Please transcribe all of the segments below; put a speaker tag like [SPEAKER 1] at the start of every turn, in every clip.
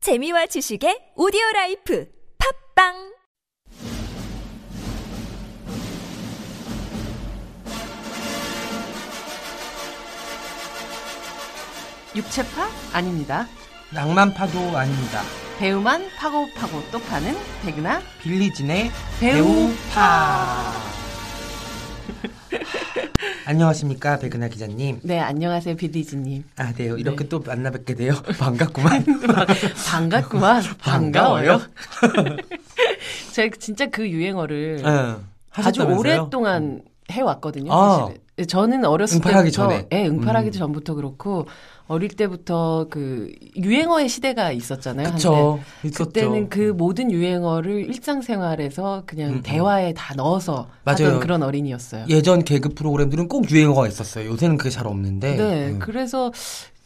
[SPEAKER 1] 재미와 지식의 오디오 라이프 팝빵
[SPEAKER 2] 육체파 아닙니다.
[SPEAKER 3] 낭만파도 아닙니다.
[SPEAKER 2] 배우만 파고 파고 또 파는 백은하.
[SPEAKER 3] 빌리진의
[SPEAKER 2] 배우파.
[SPEAKER 3] 배우파. 안녕하십니까 백은하 기자님.
[SPEAKER 2] 네 안녕하세요 비디지님.
[SPEAKER 3] 아, 네요. 이렇게
[SPEAKER 2] 네.
[SPEAKER 3] 또 만나뵙게 돼요. 반갑구만.
[SPEAKER 2] 반갑구만 반가워요.
[SPEAKER 3] 반가워요?
[SPEAKER 2] 제가 진짜 그 유행어를
[SPEAKER 3] 응.
[SPEAKER 2] 아주
[SPEAKER 3] 네, 하셨다면서요? 음.
[SPEAKER 2] 오랫동안 해왔거든요.
[SPEAKER 3] 아.
[SPEAKER 2] 사실은. 저는 어렸을
[SPEAKER 3] 응팔하기
[SPEAKER 2] 때부터,
[SPEAKER 3] 전에. 음.
[SPEAKER 2] 예, 응팔하기 전부터 그렇고 어릴 때부터 그 유행어의 시대가 있었잖아요. 한때.
[SPEAKER 3] 그쵸. 있었죠.
[SPEAKER 2] 그때는 그 모든 유행어를 일상생활에서 그냥
[SPEAKER 3] 음, 음.
[SPEAKER 2] 대화에 다 넣어서 하던
[SPEAKER 3] 맞아요.
[SPEAKER 2] 그런 어린이였어요.
[SPEAKER 3] 예전 개그 프로그램들은 꼭 유행어가 있었어요. 요새는 그게 잘 없는데.
[SPEAKER 2] 네,
[SPEAKER 3] 음.
[SPEAKER 2] 그래서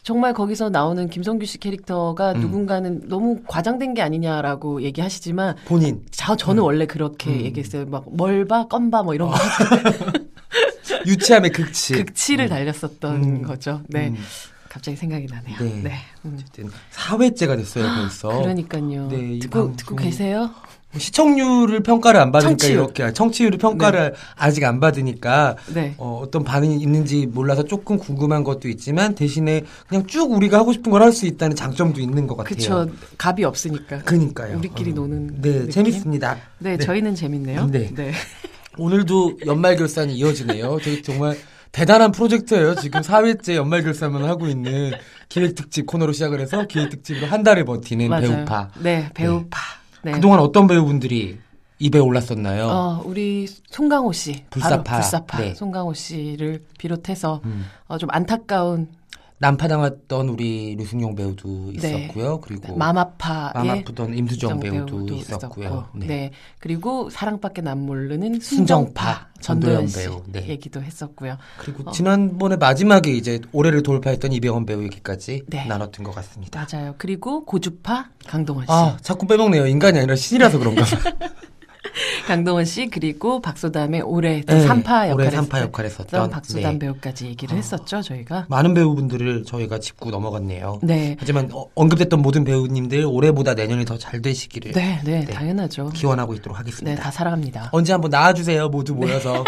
[SPEAKER 2] 정말 거기서 나오는 김성규 씨 캐릭터가
[SPEAKER 3] 음.
[SPEAKER 2] 누군가는 너무 과장된 게 아니냐라고 얘기하시지만
[SPEAKER 3] 본인
[SPEAKER 2] 저
[SPEAKER 3] 음.
[SPEAKER 2] 저는 원래 그렇게 얘기했어요. 막 멀바, 껌바 뭐
[SPEAKER 3] 아,
[SPEAKER 2] 이런 거
[SPEAKER 3] 유치함의 극치.
[SPEAKER 2] 극치를 달렸었던
[SPEAKER 3] 네. 음.
[SPEAKER 2] 거죠. 네,
[SPEAKER 3] 음.
[SPEAKER 2] 갑자기 생각이 나네요. 네, 뭐
[SPEAKER 3] 네. 어쨌든 사회째가 됐어요 벌써.
[SPEAKER 2] 그러니까요.
[SPEAKER 3] 네, 이
[SPEAKER 2] 듣고 듣고
[SPEAKER 3] 방송이
[SPEAKER 2] 계세요?
[SPEAKER 3] 뭐 시청률을 평가를 안 받으니까
[SPEAKER 2] 청취율.
[SPEAKER 3] 이렇게 아, 청취율을 평가를 아직 안 받으니까
[SPEAKER 2] 네.
[SPEAKER 3] 어, 어떤 반응이 있는지 몰라서 조금 궁금한 것도 있지만 대신에 그냥 쭉 우리가 하고 싶은 걸 할 수 있다는 장점도 있는 것 같아요.
[SPEAKER 2] 그쵸. 갑이 없으니까.
[SPEAKER 3] 그러니까요.
[SPEAKER 2] 우리끼리
[SPEAKER 3] 어.
[SPEAKER 2] 노는
[SPEAKER 3] 네,
[SPEAKER 2] 느낌?
[SPEAKER 3] 재밌습니다.
[SPEAKER 2] 네, 저희는 재밌네요.
[SPEAKER 3] 네. 오늘도 연말 결산이 이어지네요. 저희 정말 대단한 프로젝트예요. 지금 4회째 연말 결산만 하고 있는 기획 특집 코너로 시작을 해서 기획 특집으로 한 달을 버티는
[SPEAKER 2] 맞아요.
[SPEAKER 3] 음, 배우파.
[SPEAKER 2] 네, 배우파. 네.
[SPEAKER 3] 그동안 어떤 배우분들이 입에 올랐었나요?
[SPEAKER 2] 어, 우리 송강호 씨.
[SPEAKER 3] 불사파.
[SPEAKER 2] 바로 불사파.
[SPEAKER 3] 네. 음.
[SPEAKER 2] 송강호 씨를 비롯해서 어, 좀 안타까운
[SPEAKER 3] 난파당했던 우리 류승용 배우도
[SPEAKER 2] 네.
[SPEAKER 3] 있었고요. 그리고
[SPEAKER 2] 마마파의 예.
[SPEAKER 3] 맘 뭐, 아프던 임수정
[SPEAKER 2] 이정
[SPEAKER 3] 배우도 있었고요.
[SPEAKER 2] 네.
[SPEAKER 3] 네.
[SPEAKER 2] 그리고 사랑밖에 안 모르는 순정파
[SPEAKER 3] 순정파
[SPEAKER 2] 전도연
[SPEAKER 3] 전도연
[SPEAKER 2] 씨
[SPEAKER 3] 배우. 네.
[SPEAKER 2] 얘기도 했었고요.
[SPEAKER 3] 그리고 지난번에 마지막에 이제 올해를 돌파했던 이병헌 배우 얘기까지
[SPEAKER 2] 네.
[SPEAKER 3] 나눴던 것 같습니다.
[SPEAKER 2] 맞아요. 그리고 고주파 강동원 씨.
[SPEAKER 3] 아, 자꾸 빼먹네요. 인간이 아니라 신이라서 그런가 봐요.
[SPEAKER 2] 강동원 씨 그리고 박소담의 올해 또
[SPEAKER 3] 네,
[SPEAKER 2] 삼파
[SPEAKER 3] 올해
[SPEAKER 2] 역할을
[SPEAKER 3] 삼파
[SPEAKER 2] 했-
[SPEAKER 3] 역할을 했었던,
[SPEAKER 2] 했던 박소담
[SPEAKER 3] 네.
[SPEAKER 2] 배우까지 얘기를 했었죠, 저희가.
[SPEAKER 3] 많은 배우분들을 저희가 짚고 넘어갔네요.
[SPEAKER 2] 네.
[SPEAKER 3] 하지만 어, 언급됐던 모든 배우님들 올해보다 내년이 더 잘 되시기를
[SPEAKER 2] 네, 네, 당연하죠.
[SPEAKER 3] 기원하고 있도록
[SPEAKER 2] 네,
[SPEAKER 3] 하겠습니다.
[SPEAKER 2] 다 사랑합니다.
[SPEAKER 3] 언제 한번 나와주세요. 모두 모여서.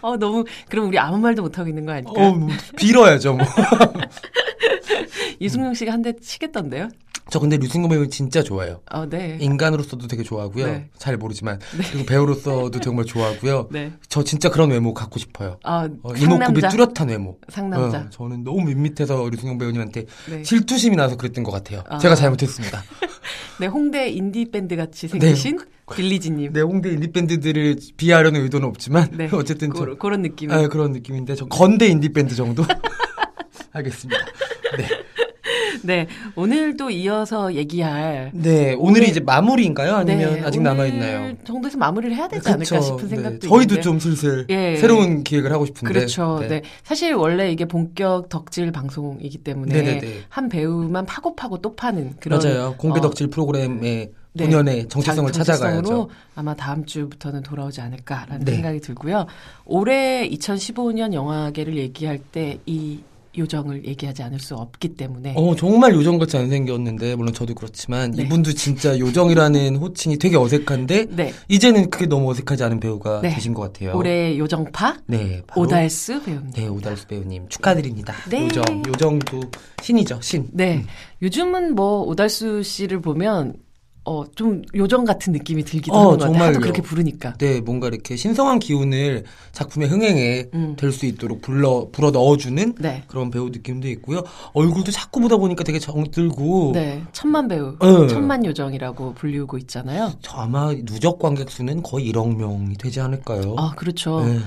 [SPEAKER 2] 어, 너무, 그럼 우리 아무 말도 못하고 있는 거 아닐까요?
[SPEAKER 3] 어, 빌어야죠. 뭐.
[SPEAKER 2] 이승용 씨가 한 대 치겠던데요?
[SPEAKER 3] 저 근데 류승용 배우 진짜 좋아해요.
[SPEAKER 2] 어, 네.
[SPEAKER 3] 인간으로서도 되게 좋아하고요.
[SPEAKER 2] 네.
[SPEAKER 3] 잘 모르지만 그리고 배우로서도 정말 좋아하고요.
[SPEAKER 2] 네.
[SPEAKER 3] 저 진짜 그런 외모 갖고 싶어요.
[SPEAKER 2] 아,
[SPEAKER 3] 어, 이목구비
[SPEAKER 2] 상남자.
[SPEAKER 3] 뚜렷한 외모.
[SPEAKER 2] 상남자.
[SPEAKER 3] 어, 저는 너무 밋밋해서 류승용 배우님한테
[SPEAKER 2] 네.
[SPEAKER 3] 질투심이 나서 그랬던 것 같아요.
[SPEAKER 2] 아.
[SPEAKER 3] 제가 잘못했습니다.
[SPEAKER 2] 네, 홍대 인디 밴드 같이
[SPEAKER 3] 네.
[SPEAKER 2] 생기신
[SPEAKER 3] 그-
[SPEAKER 2] 빌리지님.
[SPEAKER 3] 내 홍대 인디 밴드들을 비하하려는 의도는 없지만
[SPEAKER 2] 네.
[SPEAKER 3] 어쨌든
[SPEAKER 2] 고,
[SPEAKER 3] 저,
[SPEAKER 2] 그런 느낌.
[SPEAKER 3] 아, 그런 느낌인데 저 건대 인디 밴드 정도 하겠습니다. 네,
[SPEAKER 2] 네, 오늘도 이어서 얘기할.
[SPEAKER 3] 네 오늘이 이제 마무리인가요? 아니면
[SPEAKER 2] 네,
[SPEAKER 3] 아직
[SPEAKER 2] 오늘
[SPEAKER 3] 남아 있나요? 네,
[SPEAKER 2] 정도에서 마무리를 해야 되지 않을까 싶은 생각도
[SPEAKER 3] 저희도
[SPEAKER 2] 있는데.
[SPEAKER 3] 좀 슬슬
[SPEAKER 2] 예, 예.
[SPEAKER 3] 새로운 기획을 하고 싶은데
[SPEAKER 2] 그렇죠. 네.
[SPEAKER 3] 네.
[SPEAKER 2] 사실 원래 이게 본격 덕질 방송이기 때문에
[SPEAKER 3] 네네네.
[SPEAKER 2] 한 배우만 파고 파고 또 파는 그런
[SPEAKER 3] 맞아요. 공개
[SPEAKER 2] 어,
[SPEAKER 3] 덕질 프로그램의
[SPEAKER 2] 네.
[SPEAKER 3] 본연의 정체성을
[SPEAKER 2] 장- 정체성으로
[SPEAKER 3] 찾아가야죠.
[SPEAKER 2] 아마 다음 주부터는 돌아오지 않을까라는
[SPEAKER 3] 네.
[SPEAKER 2] 생각이 들고요. 올해 2015년 영화계를 얘기할 때 이 요정을 얘기하지 않을 수 없기 때문에
[SPEAKER 3] 어, 정말 요정같이 안 생겼는데, 물론 저도 그렇지만,
[SPEAKER 2] 네.
[SPEAKER 3] 이분도 진짜 요정이라는 호칭이 되게 어색한데,
[SPEAKER 2] 네.
[SPEAKER 3] 이제는 그게 너무 어색하지 않은 배우가
[SPEAKER 2] 네.
[SPEAKER 3] 되신 것 같아요.
[SPEAKER 2] 올해 요정파
[SPEAKER 3] 네, 바로
[SPEAKER 2] 오달수 배우입니다.
[SPEAKER 3] 네, 오달수 배우님 축하드립니다.
[SPEAKER 2] 네.
[SPEAKER 3] 요정, 요정도 신이죠, 신.
[SPEAKER 2] 네. 요즘은 뭐 오달수 씨를 보면 어, 좀 요정 같은 느낌이 들기도
[SPEAKER 3] 어,
[SPEAKER 2] 하는 것 같아요. 하도
[SPEAKER 3] 정말요.
[SPEAKER 2] 그렇게 부르니까.
[SPEAKER 3] 네, 뭔가 이렇게 신성한 기운을 작품의 흥행에
[SPEAKER 2] 음.
[SPEAKER 3] 될 수 있도록 불러, 불어 넣어주는
[SPEAKER 2] 네.
[SPEAKER 3] 그런 배우 느낌도 있고요. 얼굴도 자꾸 보다 보니까 되게 정들고,
[SPEAKER 2] 네. 천만 배우,
[SPEAKER 3] 네.
[SPEAKER 2] 천만 요정이라고 불리우고 있잖아요.
[SPEAKER 3] 저 아마 누적 관객 수는 거의 1억 명이 되지 않을까요?
[SPEAKER 2] 아, 그렇죠.
[SPEAKER 3] 네.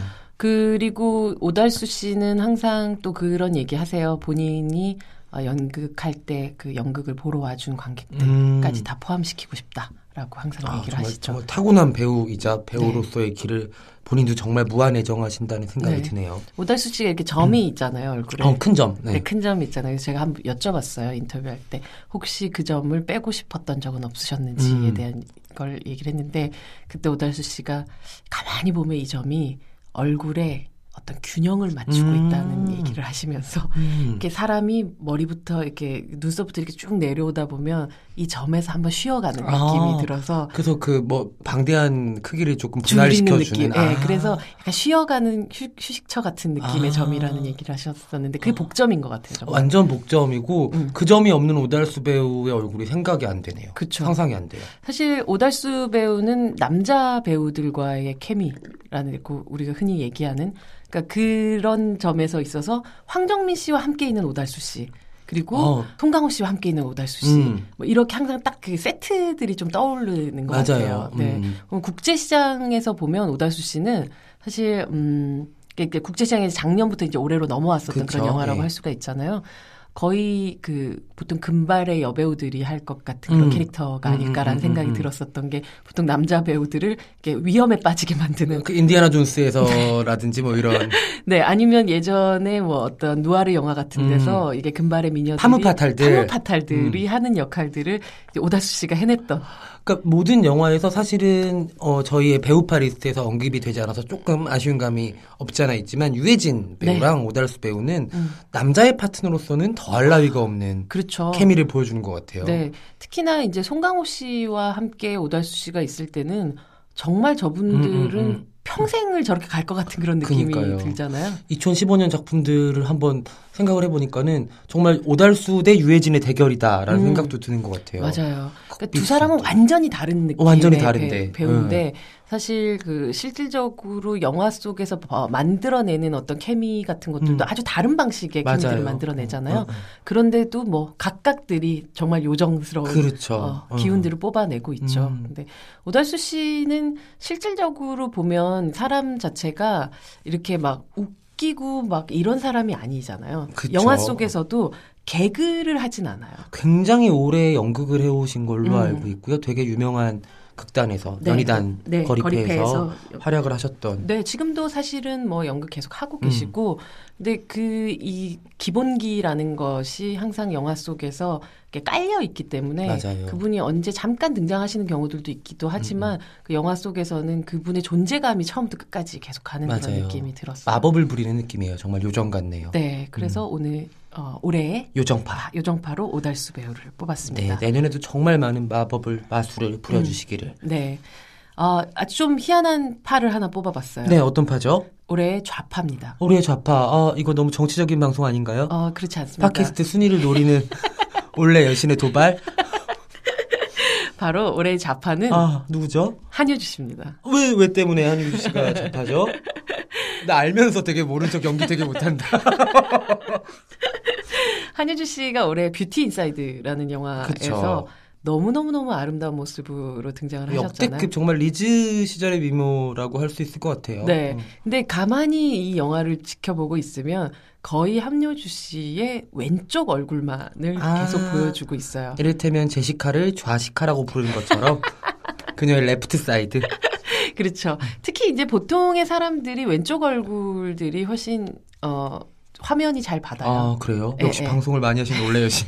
[SPEAKER 2] 그리고 오달수 씨는 항상 또 그런 얘기 하세요. 본인이 어, 연극할 때 그 연극을 보러 와준 네. 관객들까지
[SPEAKER 3] 음.
[SPEAKER 2] 다 포함시키고 싶다라고 항상
[SPEAKER 3] 아,
[SPEAKER 2] 얘기를
[SPEAKER 3] 정말,
[SPEAKER 2] 하시죠.
[SPEAKER 3] 정말 타고난 배우이자 배우로서의 길을 본인도 정말 무한 애정하신다는 생각이
[SPEAKER 2] 네.
[SPEAKER 3] 드네요.
[SPEAKER 2] 오달수 씨가 이렇게 점이 있잖아요, 얼굴에.
[SPEAKER 3] 음. 어, 큰 점. 네.
[SPEAKER 2] 네, 큰 점이 있잖아요. 제가 한번 여쭤봤어요. 인터뷰할 때. 혹시 그 점을 빼고 싶었던 적은 없으셨는지에
[SPEAKER 3] 음.
[SPEAKER 2] 대한 걸 얘기를 했는데, 그때 오달수 씨가 가만히 보면 이 점이 얼굴에 어떤 균형을 맞추고
[SPEAKER 3] 음.
[SPEAKER 2] 있다는 얘기를 하시면서
[SPEAKER 3] 음.
[SPEAKER 2] 이렇게 사람이 머리부터 이렇게 눈썹부터 이렇게 쭉 내려오다 보면 이 점에서 한번 쉬어가는
[SPEAKER 3] 아.
[SPEAKER 2] 느낌이 들어서
[SPEAKER 3] 그래서 그 뭐 방대한 크기를 조금
[SPEAKER 2] 줄이는
[SPEAKER 3] 분할시켜
[SPEAKER 2] 느낌.
[SPEAKER 3] 주는.
[SPEAKER 2] 예, 그래서 약간 쉬어가는 휴, 식처 같은 느낌의
[SPEAKER 3] 아.
[SPEAKER 2] 점이라는 얘기를 하셨었는데 그게 복점인 것 같아요. 정말.
[SPEAKER 3] 완전 복점이고
[SPEAKER 2] 음.
[SPEAKER 3] 그 점이 없는 오달수 배우의 얼굴이 생각이 안 되네요.
[SPEAKER 2] 그쵸.
[SPEAKER 3] 상상이 안 돼요.
[SPEAKER 2] 사실 오달수 배우는 남자 배우들과의 케미라는 그 우리가 흔히 얘기하는 그러니까 그런 점에서 있어서 황정민 씨와 함께 있는 오달수 씨 그리고
[SPEAKER 3] 어.
[SPEAKER 2] 송강호 씨와 함께 있는 오달수 씨
[SPEAKER 3] 음.
[SPEAKER 2] 뭐 이렇게 항상 딱 그 세트들이 좀 떠오르는 것
[SPEAKER 3] 맞아요.
[SPEAKER 2] 같아요. 네.
[SPEAKER 3] 음.
[SPEAKER 2] 그럼 국제 시장에서 보면 오달수 씨는 사실 음 이렇게 국제 시장에 작년부터 이제 올해로 넘어왔었던 그
[SPEAKER 3] 그쵸,
[SPEAKER 2] 런 영화라고
[SPEAKER 3] 예.
[SPEAKER 2] 할 수가 있잖아요. 거의 그 보통 금발의 여배우들이 할 것 같은 그런
[SPEAKER 3] 음.
[SPEAKER 2] 캐릭터가
[SPEAKER 3] 음,
[SPEAKER 2] 아닐까라는
[SPEAKER 3] 음, 음,
[SPEAKER 2] 생각이
[SPEAKER 3] 음.
[SPEAKER 2] 들었었던 게 보통 남자 배우들을 이렇게 위험에 빠지게 만드는
[SPEAKER 3] 그 인디아나 존스에서라든지 뭐 이런
[SPEAKER 2] 네 아니면 예전에 뭐 어떤 누아르 영화 같은 데서 이게 금발의 미녀들이
[SPEAKER 3] 음. 파무파탈들. 음.
[SPEAKER 2] 파무파탈들이 하는 역할들을 이제 오다수 씨가 해냈던
[SPEAKER 3] 그러니까 모든 영화에서 사실은 어, 저희의 배우파 리스트에서 언급이 되지 않아서 조금 아쉬운 감이 없지 않아 있지만 유해진
[SPEAKER 2] 네.
[SPEAKER 3] 배우랑 오달수 배우는
[SPEAKER 2] 음.
[SPEAKER 3] 남자의 파트너로서는 더할 나위가 없는
[SPEAKER 2] 그렇죠.
[SPEAKER 3] 케미를 보여주는 것 같아요.
[SPEAKER 2] 네. 특히나 이제 송강호 씨와 함께 오달수 씨가 있을 때는 정말 저분들은
[SPEAKER 3] 음, 음, 음.
[SPEAKER 2] 평생을 저렇게 갈 것 같은 그런 느낌이
[SPEAKER 3] 그러니까요.
[SPEAKER 2] 들잖아요.
[SPEAKER 3] 2015년 작품들을 한번 생각을 해보니까는 정말 오달수 대 유해진의 대결이다라는
[SPEAKER 2] 음.
[SPEAKER 3] 생각도 드는 것 같아요.
[SPEAKER 2] 맞아요. 그러니까 두
[SPEAKER 3] 비슷한 어,
[SPEAKER 2] 사람은 완전히 다른 느낌의
[SPEAKER 3] 완전히
[SPEAKER 2] 배-
[SPEAKER 3] 다른데.
[SPEAKER 2] 배우인데 사실 그 실질적으로 영화 속에서 봐- 만들어내는 어떤 케미 같은 것들도
[SPEAKER 3] 음.
[SPEAKER 2] 아주 다른 방식의 케미들을
[SPEAKER 3] 맞아요.
[SPEAKER 2] 만들어내잖아요.
[SPEAKER 3] 어, 어.
[SPEAKER 2] 그런데도 뭐 각각들이 정말 요정스러운
[SPEAKER 3] 그렇죠.
[SPEAKER 2] 어,
[SPEAKER 3] 어.
[SPEAKER 2] 기운들을 뽑아내고 있죠.
[SPEAKER 3] 음.
[SPEAKER 2] 근데 오달수 씨는 실질적으로 보면 사람 자체가 이렇게 막 웃기고 막 이런 사람이 아니잖아요.
[SPEAKER 3] 그쵸.
[SPEAKER 2] 영화 속에서도 개그를 하진 않아요.
[SPEAKER 3] 굉장히 오래 연극을 해오신 걸로
[SPEAKER 2] 음.
[SPEAKER 3] 알고 있고요. 되게 유명한 극단에서
[SPEAKER 2] 네.
[SPEAKER 3] 연희단
[SPEAKER 2] 네,
[SPEAKER 3] 거리패에서
[SPEAKER 2] 거리패에서
[SPEAKER 3] 활약을 하셨던
[SPEAKER 2] 네, 지금도 사실은 뭐 연극 계속
[SPEAKER 3] 음.
[SPEAKER 2] 하고 계시고, 근데 그 이 기본기라는 것이 항상 영화 속에서 이렇게 깔려 있기 때문에
[SPEAKER 3] 맞아요.
[SPEAKER 2] 그분이 언제 잠깐 등장하시는 경우들도 있기도
[SPEAKER 3] 음,
[SPEAKER 2] 하지만 그 영화 속에서는 그분의 존재감이 처음부터 끝까지 계속 가는 그런
[SPEAKER 3] 맞아요.
[SPEAKER 2] 느낌이 들었어요.
[SPEAKER 3] 마법을 음. 부리는 느낌이에요. 정말 요정 같네요.
[SPEAKER 2] 네, 그래서 오늘 어, 올해의
[SPEAKER 3] 요정파.
[SPEAKER 2] 요정파로 오달수 배우를
[SPEAKER 3] 네,
[SPEAKER 2] 뽑았습니다. 음.
[SPEAKER 3] 내년에도 정말 많은 마법을 마술을 부려주시기를.
[SPEAKER 2] 네. 어, 아주 좀 희한한 파를 하나 뽑아봤어요.
[SPEAKER 3] 네, 어떤 파죠?
[SPEAKER 2] 올해의 좌파입니다.
[SPEAKER 3] 우리의 좌파. 아, 이거 너무 정치적인 방송 아닌가요?
[SPEAKER 2] 어, 그렇지 않습니다.
[SPEAKER 3] 팟캐스트 순위를 노리는 올해 여신의 도발.
[SPEAKER 2] 바로 올해의 좌파는
[SPEAKER 3] 아, 누구죠?
[SPEAKER 2] 한효주 씨입니다.
[SPEAKER 3] 왜, 왜 때문에 한유주 씨가 좌파죠? 나 알면서 되게 모른 척 연기 되게 못한다.
[SPEAKER 2] 한효주 씨가 올해 뷰티 인사이드라는 영화에서
[SPEAKER 3] 그쵸.
[SPEAKER 2] 너무너무너무 아름다운 모습으로 등장을 하셨잖아요.
[SPEAKER 3] 역대급 정말 리즈 시절의 미모라고 할 수 있을 것 같아요.
[SPEAKER 2] 네.
[SPEAKER 3] 음.
[SPEAKER 2] 근데 가만히 이 영화를 지켜보고 있으면 거의 한효주 씨의 왼쪽 얼굴만을
[SPEAKER 3] 아. 네.
[SPEAKER 2] 계속 보여주고 있어요.
[SPEAKER 3] 이를테면 제시카를 좌시카라고 부르는 것처럼 그녀의 레프트 사이드.
[SPEAKER 2] 그렇죠. 특히 이제 보통의 사람들이 왼쪽 얼굴들이 훨씬 어 화면이 잘 받아요.
[SPEAKER 3] 아, 그래요?
[SPEAKER 2] 예,
[SPEAKER 3] 역시
[SPEAKER 2] 예.
[SPEAKER 3] 방송을 많이 하신 올레 여신.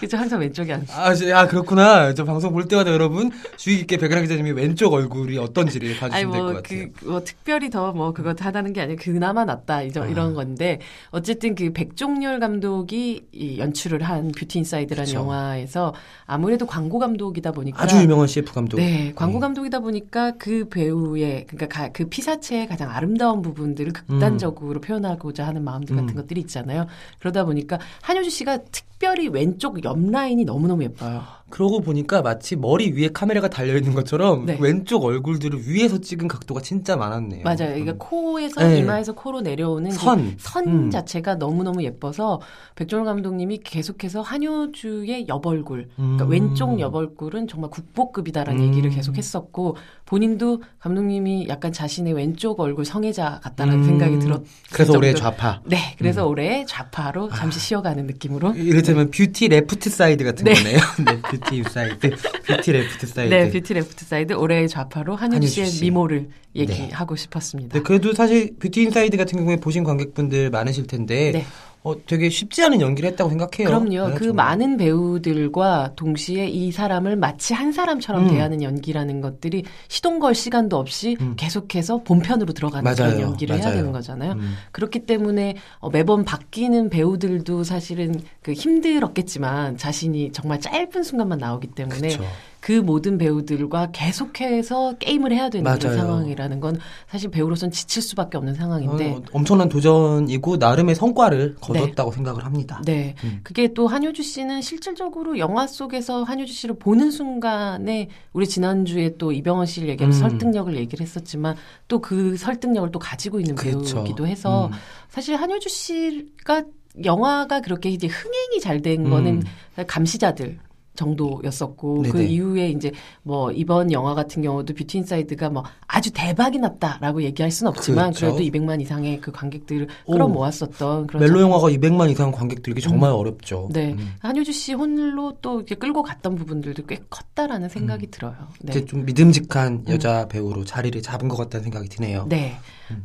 [SPEAKER 2] 그래서 항상 왼쪽이 안
[SPEAKER 3] 아, 저- 아, 그렇구나. 저 방송 볼 때마다 여러분 주의 깊게 백은하 기자님이 왼쪽 얼굴이 어떤지를
[SPEAKER 2] 아니
[SPEAKER 3] 봐주시면 될 것 같아요.
[SPEAKER 2] 뭐그 뭐 특별히 더 뭐 그것 하다는 게 아니라 그나마 낫다 이런
[SPEAKER 3] 아.
[SPEAKER 2] 이런 건데 어쨌든 그 백종렬 감독이 이 연출을 한 뷰티 인사이드라는
[SPEAKER 3] 그쵸.
[SPEAKER 2] 영화에서 아무래도 광고 감독이다 보니까
[SPEAKER 3] 아주 유명한 CF 감독. 음.
[SPEAKER 2] 네 광고 감독이다 보니까 그 배우의 그러니까 가- 그 피사체의 가장 아름다운 부분들을 극단적으로 표현하고자 하는 마음들 같은
[SPEAKER 3] 음.
[SPEAKER 2] 것들이 있잖아요 그러다 보니까 한효주 씨가 특별히 왼쪽 옆 라인이 너무 너무 예뻐요
[SPEAKER 3] 네. 아, 그러고 보니까 마치 머리 위에 카메라가 달려있는 것처럼
[SPEAKER 2] 네.
[SPEAKER 3] 왼쪽 얼굴들을 위에서 찍은 각도가 진짜 많았네요.
[SPEAKER 2] 맞아요. 그러니까
[SPEAKER 3] 음.
[SPEAKER 2] 코에서
[SPEAKER 3] 네.
[SPEAKER 2] 이마에서 코로 내려오는 그
[SPEAKER 3] 선.
[SPEAKER 2] 선
[SPEAKER 3] 음.
[SPEAKER 2] 자체가 너무너무 예뻐서 백종원 감독님이 계속해서 한효주의 옆얼굴,
[SPEAKER 3] 음.
[SPEAKER 2] 그러니까 왼쪽 옆얼굴은 정말 국보급이다라는
[SPEAKER 3] 음.
[SPEAKER 2] 얘기를 계속 했었고 본인도 감독님이 약간 자신의 왼쪽 얼굴 성애자 같다라는
[SPEAKER 3] 음.
[SPEAKER 2] 생각이 들었.
[SPEAKER 3] 그래서
[SPEAKER 2] 그
[SPEAKER 3] 올해
[SPEAKER 2] 정도.
[SPEAKER 3] 좌파.
[SPEAKER 2] 네, 그래서 올해 좌파로
[SPEAKER 3] 아.
[SPEAKER 2] 잠시 쉬어가는 느낌으로.
[SPEAKER 3] 이를테면 뷰티 레프트 사이드 같은
[SPEAKER 2] 네.
[SPEAKER 3] 거네요. 네, 뷰티 사이드, 뷰티 레프트 사이드.
[SPEAKER 2] 네, 뷰티 레프트 사이드 올해의 좌파로 한효주
[SPEAKER 3] 한효주
[SPEAKER 2] 씨의
[SPEAKER 3] 씨.
[SPEAKER 2] 미모를 얘기하고 싶었습니다.
[SPEAKER 3] 네, 그래도 사실 뷰티 인사이드 같은 경우에 보신 관객분들 많으실 텐데
[SPEAKER 2] 네.
[SPEAKER 3] 어, 되게 쉽지 않은 연기를 했다고 생각해요.
[SPEAKER 2] 그럼요.
[SPEAKER 3] 네,
[SPEAKER 2] 그
[SPEAKER 3] 정말.
[SPEAKER 2] 많은 배우들과 동시에 이 사람을 마치 한 사람처럼
[SPEAKER 3] 음.
[SPEAKER 2] 대하는 연기라는 것들이 시동 걸 시간도 없이
[SPEAKER 3] 음.
[SPEAKER 2] 계속해서 본편으로 들어가는 그런
[SPEAKER 3] 맞아요.
[SPEAKER 2] 연기를 해야
[SPEAKER 3] 맞아요.
[SPEAKER 2] 되는 거잖아요.
[SPEAKER 3] 음.
[SPEAKER 2] 그렇기 때문에 어, 매번 바뀌는 배우들도 사실은 그 힘들었겠지만 자신이 정말 짧은 순간만 나오기 때문에
[SPEAKER 3] 그쵸.
[SPEAKER 2] 그 모든 배우들과 계속해서 게임을 해야 되는 그런
[SPEAKER 3] 맞아요.
[SPEAKER 2] 상황이라는 건 사실 배우로선 지칠 수밖에 없는 상황인데
[SPEAKER 3] 어, 엄청난 도전이고 나름의 성과를 거뒀다고 생각을 합니다.
[SPEAKER 2] 네.
[SPEAKER 3] 음.
[SPEAKER 2] 그게 또 한효주 씨는 실질적으로 영화 속에서 한효주 씨를 보는 순간에 우리 지난주에 또 이병헌 씨를 얘기하면서
[SPEAKER 3] 음.
[SPEAKER 2] 설득력을 얘기를 했었지만 또 그 설득력을 또 가지고 있는
[SPEAKER 3] 그쵸.
[SPEAKER 2] 배우이기도 해서
[SPEAKER 3] 음.
[SPEAKER 2] 사실 한효주 씨가 영화가 그렇게 이제 흥행이 잘 된
[SPEAKER 3] 음.
[SPEAKER 2] 거는 감시자들 정도였었고 그
[SPEAKER 3] 네네.
[SPEAKER 2] 이후에 이제 뭐 이번 영화 같은 경우도 뷰티 인사이드가 뭐 아주 대박이 났다라고 얘기할 순 없지만 그래도
[SPEAKER 3] 그렇죠.
[SPEAKER 2] 200만 이상의 그 관객들을
[SPEAKER 3] 오.
[SPEAKER 2] 끌어모았었던 그런
[SPEAKER 3] 멜로 영화가 200만 이상 관객들이 정말 어렵죠.
[SPEAKER 2] 그렇죠. 네.
[SPEAKER 3] 음.
[SPEAKER 2] 한효주 씨 홀로 또 이렇게 끌고 갔던 부분들도 꽤 컸다라는
[SPEAKER 3] 음.
[SPEAKER 2] 생각이 들어요. 네.
[SPEAKER 3] 이제 좀 믿음직한 여자 배우로 자리를 잡은 것 같다는 생각이 드네요.
[SPEAKER 2] 네.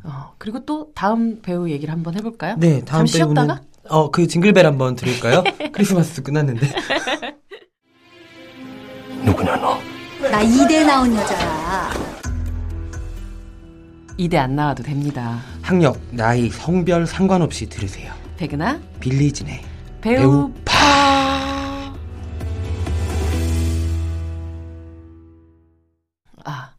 [SPEAKER 2] 어, 그리고 또 다음 배우 얘기를 한번 해볼까요?
[SPEAKER 3] 음. 네, 다음
[SPEAKER 2] 잠시
[SPEAKER 3] 배우는
[SPEAKER 2] 쉬었다가? 네.
[SPEAKER 3] 어, 그 징글벨 한번 들을까요? 크리스마스 끝났는데.
[SPEAKER 4] 누구냐 너?
[SPEAKER 5] 나 2대 나온 여자야.
[SPEAKER 2] 이대 안 나와도 됩니다.
[SPEAKER 3] 학력, 나이, 성별 상관없이 들으세요.
[SPEAKER 2] 백은아
[SPEAKER 3] 빌리진의
[SPEAKER 2] 배우, 파. 아,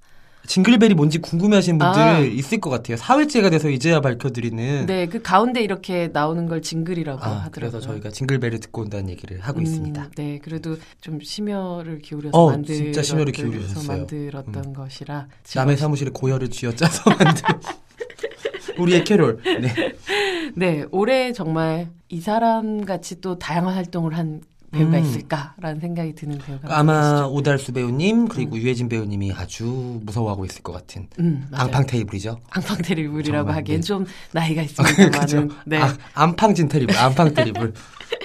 [SPEAKER 3] 징글벨이 뭔지 궁금해하시는 분들
[SPEAKER 2] 아.
[SPEAKER 3] 있을 것 같아요. 사회체가 돼서 이제야 밝혀드리는.
[SPEAKER 2] 네, 그 가운데 이렇게 나오는 걸 징글이라고
[SPEAKER 3] 아,
[SPEAKER 2] 하더라고요.
[SPEAKER 3] 그래서 저희가 징글벨을 듣고 온다는 얘기를 하고
[SPEAKER 2] 음,
[SPEAKER 3] 있습니다.
[SPEAKER 2] 네, 그래도 좀 심혈을 기울여서
[SPEAKER 3] 어,
[SPEAKER 2] 만들
[SPEAKER 3] 진짜 심혈을 기울여졌어요. 음.
[SPEAKER 2] 만들었던 것이라
[SPEAKER 3] 남의 사무실에 고열을 쥐어짜서 만든 우리의 캐롤. 네.
[SPEAKER 2] 네, 올해 정말 이 사람 같이 또 다양한 활동을 한 배우가
[SPEAKER 3] 음.
[SPEAKER 2] 있을까라는 생각이 드는 배우가
[SPEAKER 3] 아마 오달수 배우님 그리고 유해진 배우님이 아주 무서워하고 있을 것 같은
[SPEAKER 2] 음, 맞아요.
[SPEAKER 3] 앙팡 테이블이죠.
[SPEAKER 2] 앙팡 테리블이라고
[SPEAKER 3] 정말,
[SPEAKER 2] 하기엔
[SPEAKER 3] 네.
[SPEAKER 2] 좀 나이가 있습니다만은
[SPEAKER 3] 그죠?
[SPEAKER 2] 네.
[SPEAKER 3] 아, 안팡진 테리블, 안팡 테리블.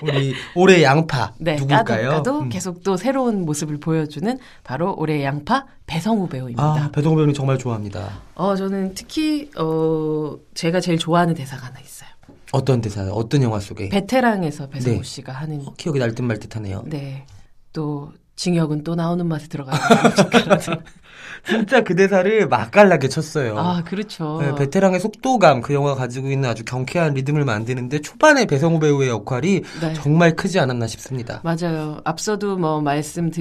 [SPEAKER 3] 우리 올해 양파
[SPEAKER 2] 네,
[SPEAKER 3] 누굴까요?
[SPEAKER 2] 까도 까도
[SPEAKER 3] 음.
[SPEAKER 2] 계속 또 새로운 모습을 보여주는 바로 올해 의 양파 배성우 배우입니다.
[SPEAKER 3] 아, 배동호 배우님 정말 좋아합니다.
[SPEAKER 2] 어, 저는 특히 어 제가 제일 좋아하는 대사가 하나 있어요.
[SPEAKER 3] 어떤 대사, 어떤 영화 속에
[SPEAKER 2] 베테랑에서 배성우
[SPEAKER 3] 네.
[SPEAKER 2] 씨가 하는
[SPEAKER 3] 어, 기억이 날 듯 말 듯하네요.
[SPEAKER 2] 네. 또 징역은 또 나오는 맛에 들어가는
[SPEAKER 3] 진짜 그 대사를 맛깔나게 쳤어요.
[SPEAKER 2] 아, 그렇죠.
[SPEAKER 3] 네, 베테랑의 속도감, 그 영화가 가지고 있는 아주 경쾌한 리듬을 만드는데 초반에 배성우 배우의 역할이
[SPEAKER 2] 네.
[SPEAKER 3] 정말 크지 않았나 싶습니다.
[SPEAKER 2] 맞아요. 앞서도 뭐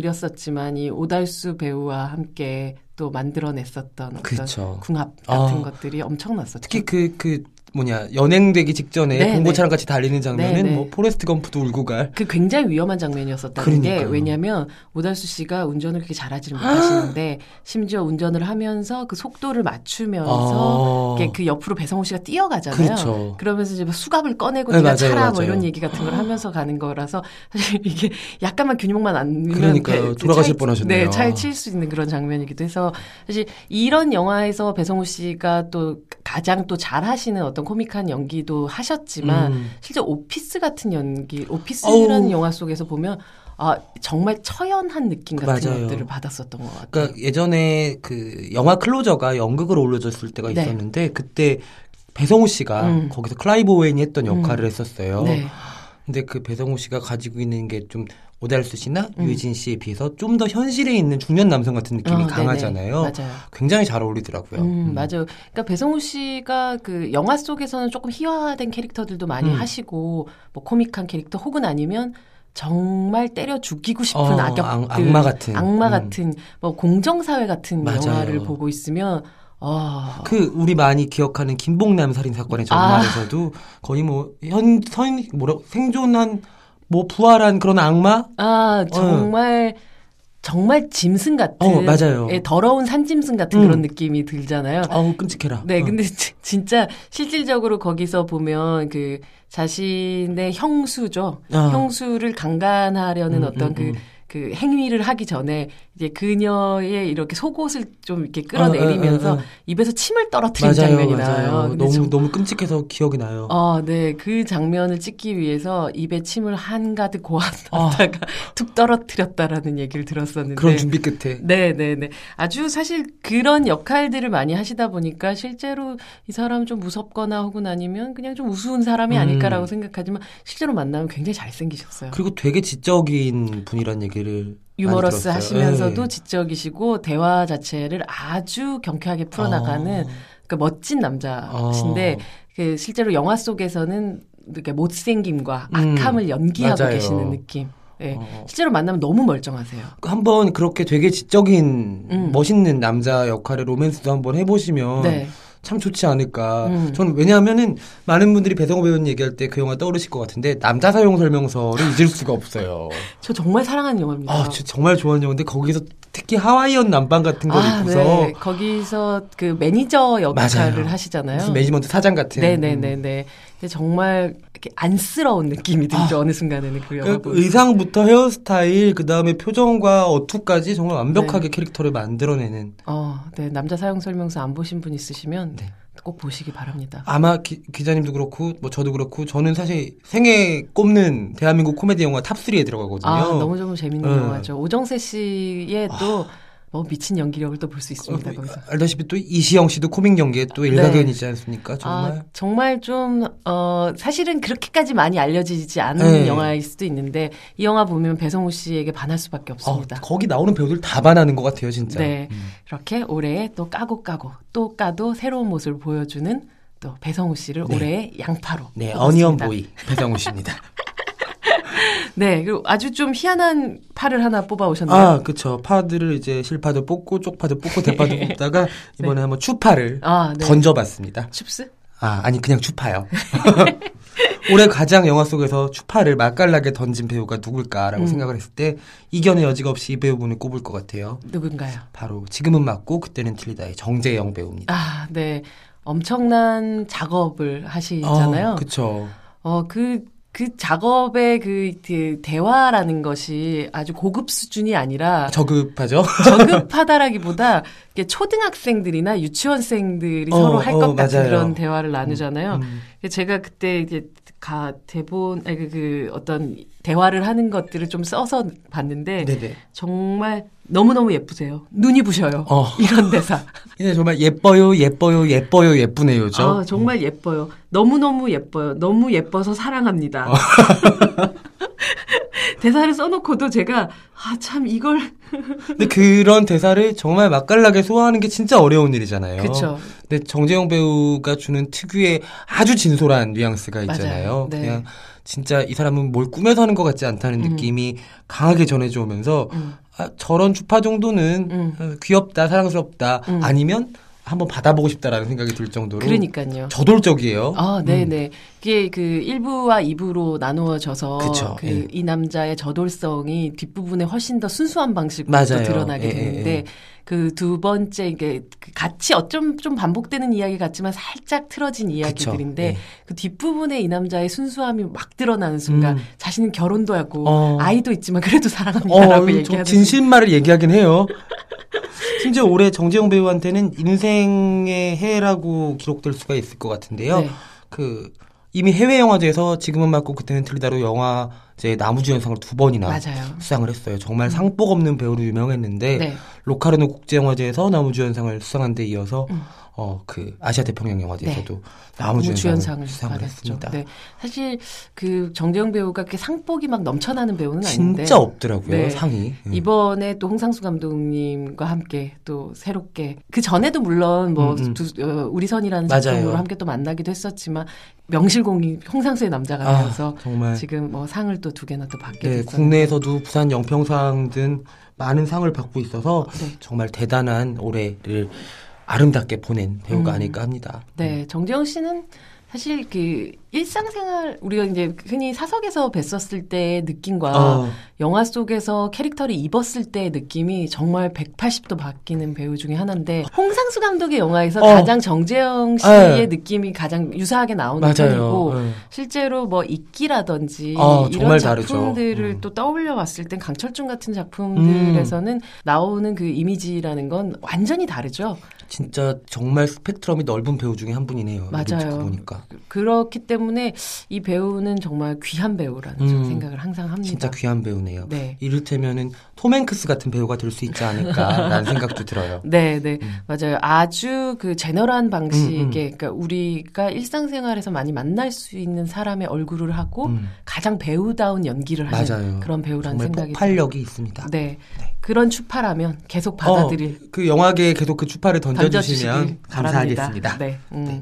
[SPEAKER 2] 말씀드렸었지만 이 오달수 배우와 함께 또 만들어냈었던
[SPEAKER 3] 그쵸.
[SPEAKER 2] 어떤 궁합 같은
[SPEAKER 3] 아.
[SPEAKER 2] 것들이 엄청났었죠.
[SPEAKER 3] 특히 그, 그 뭐냐, 연행되기 직전에
[SPEAKER 2] 네,
[SPEAKER 3] 봉고차랑 같이 달리는 장면은
[SPEAKER 2] 네, 네.
[SPEAKER 3] 뭐 포레스트 검프도 울고 갈.
[SPEAKER 2] 그 굉장히 위험한 장면이었었다는 게
[SPEAKER 3] 그러니까요.
[SPEAKER 2] 왜냐하면 오달수 씨가 운전을 그렇게 잘하지는
[SPEAKER 3] 아.
[SPEAKER 2] 못하시는데 심지어 운전을 하면서 그 속도를 맞추면서
[SPEAKER 3] 아.
[SPEAKER 2] 이렇게 그 옆으로 배성우 씨가 뛰어가잖아요.
[SPEAKER 3] 그렇죠.
[SPEAKER 2] 러면서 이제 막 수갑을 꺼내고
[SPEAKER 3] 네,
[SPEAKER 2] 네가
[SPEAKER 3] 맞아요,
[SPEAKER 2] 차라 뭐
[SPEAKER 3] 맞아요.
[SPEAKER 2] 이런 얘기 같은 걸 하면서 가는 거라서 사실 이게 약간만 균형만 안 누르면
[SPEAKER 3] 그러니까요.
[SPEAKER 2] 배-
[SPEAKER 3] 돌아가실
[SPEAKER 2] 차에-
[SPEAKER 3] 뻔하셨네요.
[SPEAKER 2] 네, 차에 치일 수 있는 그런 장면이기도 해서 사실 이런 영화에서 배성우 씨가 또 가장 또 잘하시는 어떤 코믹한 연기도 하셨지만
[SPEAKER 3] 음.
[SPEAKER 2] 실제 오피스 같은 연기, 오피스라는
[SPEAKER 3] 어우.
[SPEAKER 2] 영화 속에서 보면 아 정말 처연한 느낌 같은
[SPEAKER 3] 맞아요.
[SPEAKER 2] 것들을 받았었던 것 같아요.
[SPEAKER 3] 그러니까 예전에 그 영화 클로저가 연극으로 올려졌을 때가
[SPEAKER 2] 네.
[SPEAKER 3] 있었는데 그때 배성우 씨가
[SPEAKER 2] 음.
[SPEAKER 3] 거기서 클라이브 오웬이 했던 역할을 했었어요.
[SPEAKER 2] 네.
[SPEAKER 3] 근데 그 배성우 씨가 가지고 있는 게 좀 오달수 씨나 유해진 씨에 비해서 좀 더 현실에 있는 중년 남성 같은 느낌이
[SPEAKER 2] 어, 음. 네네.
[SPEAKER 3] 강하잖아요.
[SPEAKER 2] 맞아요.
[SPEAKER 3] 굉장히 잘 어울리더라고요.
[SPEAKER 2] 음,
[SPEAKER 3] 음.
[SPEAKER 2] 맞아요. 그러니까 배성우 씨가 그 영화 속에서는 조금 희화화된 캐릭터들도 많이
[SPEAKER 3] 음.
[SPEAKER 2] 하시고 뭐 코믹한 캐릭터 혹은 아니면 정말 때려 죽이고 싶은
[SPEAKER 3] 어,
[SPEAKER 2] 악역들,
[SPEAKER 3] 악- 악마 같은.
[SPEAKER 2] 악마
[SPEAKER 3] 음.
[SPEAKER 2] 같은 뭐 공정사회 같은
[SPEAKER 3] 맞아요.
[SPEAKER 2] 영화를 보고 있으면 어,
[SPEAKER 3] 그 우리 많이 기억하는 김봉남 살인 사건의 전말에서도
[SPEAKER 2] 아.
[SPEAKER 3] 거의 뭐현선 뭐라 생존한 뭐 부활한 그런 악마
[SPEAKER 2] 아 정말 정말 짐승 같은
[SPEAKER 3] 어, 맞아요.
[SPEAKER 2] 예, 더러운 산짐승 같은
[SPEAKER 3] 음.
[SPEAKER 2] 그런 느낌이 들잖아요.
[SPEAKER 3] 아우 끔찍해라.
[SPEAKER 2] 네,
[SPEAKER 3] 어.
[SPEAKER 2] 근데 지- 진짜 실질적으로 거기서 보면 그 자신의 형수죠.
[SPEAKER 3] 아.
[SPEAKER 2] 형수를 강간하려는
[SPEAKER 3] 음,
[SPEAKER 2] 어떤
[SPEAKER 3] 음,
[SPEAKER 2] 그
[SPEAKER 3] 음.
[SPEAKER 2] 그 행위를 하기 전에 이제 그녀의 이렇게 속옷을 좀 이렇게 끌어내리면서
[SPEAKER 3] 어, 어, 어, 어.
[SPEAKER 2] 입에서 침을 떨어뜨린 장면이 나와요. 근데
[SPEAKER 3] 너무
[SPEAKER 2] 좀-
[SPEAKER 3] 너무 끔찍해서 기억이 나요.
[SPEAKER 2] 어, 네. 그 장면을 찍기 위해서 입에 침을 한가득 고았다가 툭 떨어뜨렸다라는 얘기를 들었었는데.
[SPEAKER 3] 아. 그런 준비 끝에
[SPEAKER 2] 네, 네, 네. 아주 사실 그런 역할들을 많이 하시다 보니까 실제로 이 사람 좀 무섭거나 혹은 아니면 그냥 좀 우스운 사람이
[SPEAKER 3] 음.
[SPEAKER 2] 아닐까라고 생각하지만 실제로 만나면 굉장히 잘생기셨어요.
[SPEAKER 3] 그리고 되게 지적인 분이란 얘기를
[SPEAKER 2] 유머러스
[SPEAKER 3] 많이 들었어요.
[SPEAKER 2] 하시면서도
[SPEAKER 3] 예.
[SPEAKER 2] 지적이시고 대화 자체를 아주 경쾌하게 풀어나가는
[SPEAKER 3] 어.
[SPEAKER 2] 그러니까 멋진 남자신데
[SPEAKER 3] 어.
[SPEAKER 2] 그 실제로 영화 속에서는 이렇게 못생김과
[SPEAKER 3] 음,
[SPEAKER 2] 악함을 연기하고
[SPEAKER 3] 맞아요.
[SPEAKER 2] 계시는 느낌. 예.
[SPEAKER 3] 어.
[SPEAKER 2] 실제로 만나면 너무 멀쩡하세요.
[SPEAKER 3] 한번 그렇게 되게 지적인
[SPEAKER 2] 음.
[SPEAKER 3] 멋있는 남자 역할의 로맨스도 한번 해보시면
[SPEAKER 2] 네.
[SPEAKER 3] 참 좋지 않을까.
[SPEAKER 2] 음.
[SPEAKER 3] 저는 왜냐하면은 많은 분들이 배성호 배우님 얘기할 때 그 영화 떠오르실 것 같은데 남자 사용 설명서를 잊을 수가 없어요.
[SPEAKER 2] 저 정말 사랑하는 영화입니다.
[SPEAKER 3] 아, 저 정말 좋아하는 영화인데 거기서 특히 하와이언 남방 같은 걸
[SPEAKER 2] 아,
[SPEAKER 3] 입고서
[SPEAKER 2] 네. 거기서 그 매니저 역할을
[SPEAKER 3] 맞아요.
[SPEAKER 2] 하시잖아요.
[SPEAKER 3] 무슨 매니지먼트 사장 같은.
[SPEAKER 2] 네. 네네네네. 근데 정말 이렇게 안쓰러운 느낌이 들죠. 어느 순간에는 그 영화
[SPEAKER 3] 아. 그
[SPEAKER 2] 보고.
[SPEAKER 3] 의상부터 헤어스타일 그 다음에 표정과 어투까지 정말
[SPEAKER 2] 네.
[SPEAKER 3] 완벽하게 캐릭터를 만들어내는
[SPEAKER 2] 어, 네. 남자 사용 설명서 안 보신 분 있으시면
[SPEAKER 3] 네.
[SPEAKER 2] 꼭 보시기 바랍니다.
[SPEAKER 3] 아마 기, 자님도 그렇고 뭐 저도 그렇고 저는 사실 생애 꼽는 대한민국 코미디 영화 탑 3에 들어가거든요.
[SPEAKER 2] 아, 너무 너무 재밌는
[SPEAKER 3] 네. 아.
[SPEAKER 2] 영화죠. 오정세 씨의 또 너무 미친 연기력을 또 볼 수 있습니다.
[SPEAKER 3] 그러니까.
[SPEAKER 2] 거기서.
[SPEAKER 3] 어,
[SPEAKER 2] 네.
[SPEAKER 3] 알다시피 또 이시영 씨도 코믹 연기에 또 일가견이지 않습니까? 정말. 어,
[SPEAKER 2] 아, 정말 좀, 어, 사실은 그렇게까지 많이 알려지지 않은
[SPEAKER 3] 네.
[SPEAKER 2] 영화일 수도 있는데, 이 영화 보면 배성우 씨에게 반할 수밖에
[SPEAKER 3] 어,
[SPEAKER 2] 없습니다.
[SPEAKER 3] 거기 나오는 배우들 다 반하는 것 같아요, 진짜.
[SPEAKER 2] 네. 그렇게 올해에 또 까고 까고 또 까도 새로운 모습을 보여주는 또 배성우 씨를
[SPEAKER 3] 네.
[SPEAKER 2] 올해의 양파로.
[SPEAKER 3] 네,
[SPEAKER 2] 뽑았습니다.
[SPEAKER 3] 어니언 보이 배상우 씨입니다.
[SPEAKER 2] 네. 그리고 아주 좀 희한한 파를 하나 뽑아 오셨네요.
[SPEAKER 3] 아, 그쵸. 파들을 이제 실파도 뽑고 쪽파도 뽑고 대파도 뽑다가 이번에 한번 추파를
[SPEAKER 2] 네. 아, 네.
[SPEAKER 3] 던져봤습니다.
[SPEAKER 2] 춥스?
[SPEAKER 3] 아, 아니 그냥 추파요. 올해 가장 영화 속에서 추파를 맛깔나게 던진 배우가 누굴까라고
[SPEAKER 2] 음.
[SPEAKER 3] 생각을 했을 때 이견의 여지가 없이 이 배우분을 꼽을 것 같아요.
[SPEAKER 2] 누군가요?
[SPEAKER 3] 바로 지금은 맞고 그때는 틀리다의 정재영 배우입니다.
[SPEAKER 2] 아, 네. 엄청난 작업을 하시잖아요.
[SPEAKER 3] 어, 그쵸.
[SPEAKER 2] 어, 그, 그 작업의 그, 그 대화라는 것이 아주 고급 수준이 아니라
[SPEAKER 3] 저급하죠?
[SPEAKER 2] 저급하다라기보다 이게 초등학생들이나 유치원생들이
[SPEAKER 3] 어,
[SPEAKER 2] 서로 할 것
[SPEAKER 3] 어,
[SPEAKER 2] 같은
[SPEAKER 3] 맞아요.
[SPEAKER 2] 그런 대화를 나누잖아요.
[SPEAKER 3] 음.
[SPEAKER 2] 제가 그때 이제 가 대본 아니, 그, 그 어떤 대화를 하는 것들을 좀 써서 봤는데
[SPEAKER 3] 네네.
[SPEAKER 2] 정말 너무 너무 예쁘세요. 눈이 부셔요.
[SPEAKER 3] 어.
[SPEAKER 2] 이런 대사.
[SPEAKER 3] 이제 정말 예뻐요, 예뻐요, 예뻐요, 예쁘네요죠. 음.
[SPEAKER 2] 아, 정말 예뻐요. 너무너무 예뻐요. 너무 예뻐서 사랑합니다.
[SPEAKER 3] 어.
[SPEAKER 2] 대사를 써놓고도 제가, 아, 참, 이걸.
[SPEAKER 3] 근데 그런 대사를 정말 맛깔나게 소화하는 게 진짜 어려운 일이잖아요.
[SPEAKER 2] 그쵸.
[SPEAKER 3] 근데 정재영 배우가 주는 특유의 아주 진솔한 뉘앙스가 있잖아요.
[SPEAKER 2] 맞아요. 네. 음.
[SPEAKER 3] 그냥 진짜 이 사람은 뭘 꾸며서 하는 것 같지 않다는 느낌이 강하게 전해져 오면서 아, 저런 주파 정도는
[SPEAKER 2] 음.
[SPEAKER 3] 어, 귀엽다, 사랑스럽다, 아니면 한번 받아보고 싶다라는 생각이 들 정도로
[SPEAKER 2] 그러니까요.
[SPEAKER 3] 저돌적이에요.
[SPEAKER 2] 아, 네네. 그게 그 1부와 2부로 나누어져서
[SPEAKER 3] 그쵸.
[SPEAKER 2] 그
[SPEAKER 3] 예.
[SPEAKER 2] 이 남자의 저돌성이 뒷부분에 훨씬 더 순수한 방식으로
[SPEAKER 3] 맞아요.
[SPEAKER 2] 드러나게
[SPEAKER 3] 예,
[SPEAKER 2] 되는데
[SPEAKER 3] 예, 예.
[SPEAKER 2] 그 두 번째 이게 그 같이 어쩜 좀 반복되는 이야기 같지만 살짝 틀어진 이야기들인데
[SPEAKER 3] 예.
[SPEAKER 2] 그 뒷부분에 이 남자의 순수함이 막 드러나는 순간
[SPEAKER 3] 음.
[SPEAKER 2] 자신은 결혼도 하고
[SPEAKER 3] 어.
[SPEAKER 2] 아이도 있지만 그래도 사랑합니다라고
[SPEAKER 3] 어, 좀
[SPEAKER 2] 얘기하는
[SPEAKER 3] 진실말을 얘기하긴 해요. 심지어 올해 정재영 배우한테는 인생의 해라고 기록될 수가 있을 것 같은데요.
[SPEAKER 2] 네.
[SPEAKER 3] 그 이미 해외 영화제에서 지금은 맞고 그때는 틀리다로 영화제 나무주연상을 두 번이나
[SPEAKER 2] 맞아요. 음.
[SPEAKER 3] 수상을 했어요. 정말 상복 없는 배우로 유명했는데
[SPEAKER 2] 네.
[SPEAKER 3] 로카르노 국제영화제에서 나무주연상을 수상한 데 이어서
[SPEAKER 2] 음.
[SPEAKER 3] 어 그 아시아 대평양 영화제에서도 나무주연상을
[SPEAKER 2] 우주연상을
[SPEAKER 3] 수상을
[SPEAKER 2] 네. 받았죠.
[SPEAKER 3] 했습니다.
[SPEAKER 2] 네. 사실 그 정재영 배우가 그렇게 상복이 막 넘쳐나는 배우는 아닌데
[SPEAKER 3] 진짜 없더라고요
[SPEAKER 2] 네.
[SPEAKER 3] 상이. 음.
[SPEAKER 2] 이번에 또 홍상수 감독님과 함께 또 새롭게 그 전에도 물론 뭐
[SPEAKER 3] 음, 음.
[SPEAKER 2] 두, 어, 우리 선이라는
[SPEAKER 3] 맞아요.
[SPEAKER 2] 작품으로 함께 또 만나기도 했었지만 명실공히 홍상수의 남자가
[SPEAKER 3] 아,
[SPEAKER 2] 되면서
[SPEAKER 3] 정말
[SPEAKER 2] 지금 뭐 상을 또 두 개나 또 받게
[SPEAKER 3] 네,
[SPEAKER 2] 됐어요.
[SPEAKER 3] 국내에서도 부산 영평상 등 많은 상을 받고 있어서
[SPEAKER 2] 네.
[SPEAKER 3] 정말
[SPEAKER 2] 음.
[SPEAKER 3] 대단한 올해를 아름답게 보낸 배우가 아닐까 합니다.
[SPEAKER 2] 네, 정재영 네, 씨는 사실 그 일상생활 우리가 이제 흔히 사석에서 뵀었을 때의 느낌과
[SPEAKER 3] 어.
[SPEAKER 2] 영화 속에서 캐릭터를 입었을 때의 느낌이 정말 180도 바뀌는 배우 중에 하나인데 홍상수 감독의 영화에서
[SPEAKER 3] 어.
[SPEAKER 2] 가장 정재영 씨의
[SPEAKER 3] 네.
[SPEAKER 2] 느낌이 가장 유사하게 나오는 편이고
[SPEAKER 3] 맞아요. 예.
[SPEAKER 2] 실제로 뭐 이끼라든지
[SPEAKER 3] 아,
[SPEAKER 2] 이런
[SPEAKER 3] 정말 다르죠.
[SPEAKER 2] 작품들을
[SPEAKER 3] 음.
[SPEAKER 2] 또 떠올려 봤을 땐 강철중 같은 작품들에서는 나오는 그 이미지라는 건 완전히 다르죠.
[SPEAKER 3] 진짜 정말 스펙트럼이 넓은 배우 중에 한 분이네요.
[SPEAKER 2] 맞아요.
[SPEAKER 3] 이름 듣고 보니까
[SPEAKER 2] 그렇기 때문에 이 배우는 정말 귀한 배우라는
[SPEAKER 3] 음.
[SPEAKER 2] 저는 생각을 항상 합니다.
[SPEAKER 3] 진짜 귀한 배우네요.
[SPEAKER 2] 네.
[SPEAKER 3] 이를테면은 톰 행크스 같은 배우가 될 수 있지 않을까라는 생각도 들어요.
[SPEAKER 2] 네, 네,
[SPEAKER 3] 음.
[SPEAKER 2] 맞아요. 아주 그 제너럴한 방식의,
[SPEAKER 3] 음, 음.
[SPEAKER 2] 그러니까 우리가 일상생활에서 많이 만날 수 있는 사람의 얼굴을 하고
[SPEAKER 3] 음,
[SPEAKER 2] 가장 배우다운 연기를 하는
[SPEAKER 3] 맞아요.
[SPEAKER 2] 그런 배우라는
[SPEAKER 3] 정말
[SPEAKER 2] 생각이
[SPEAKER 3] 폭발력이 있습니다.
[SPEAKER 2] 듭니다. 네, 그런 추파라면 계속 받아들일
[SPEAKER 3] 그 영화계에 계속 그 추파를 던져주시면
[SPEAKER 2] 던져주시길
[SPEAKER 3] 감사하겠습니다.
[SPEAKER 2] 바랍니다. 네. 음.
[SPEAKER 3] 네.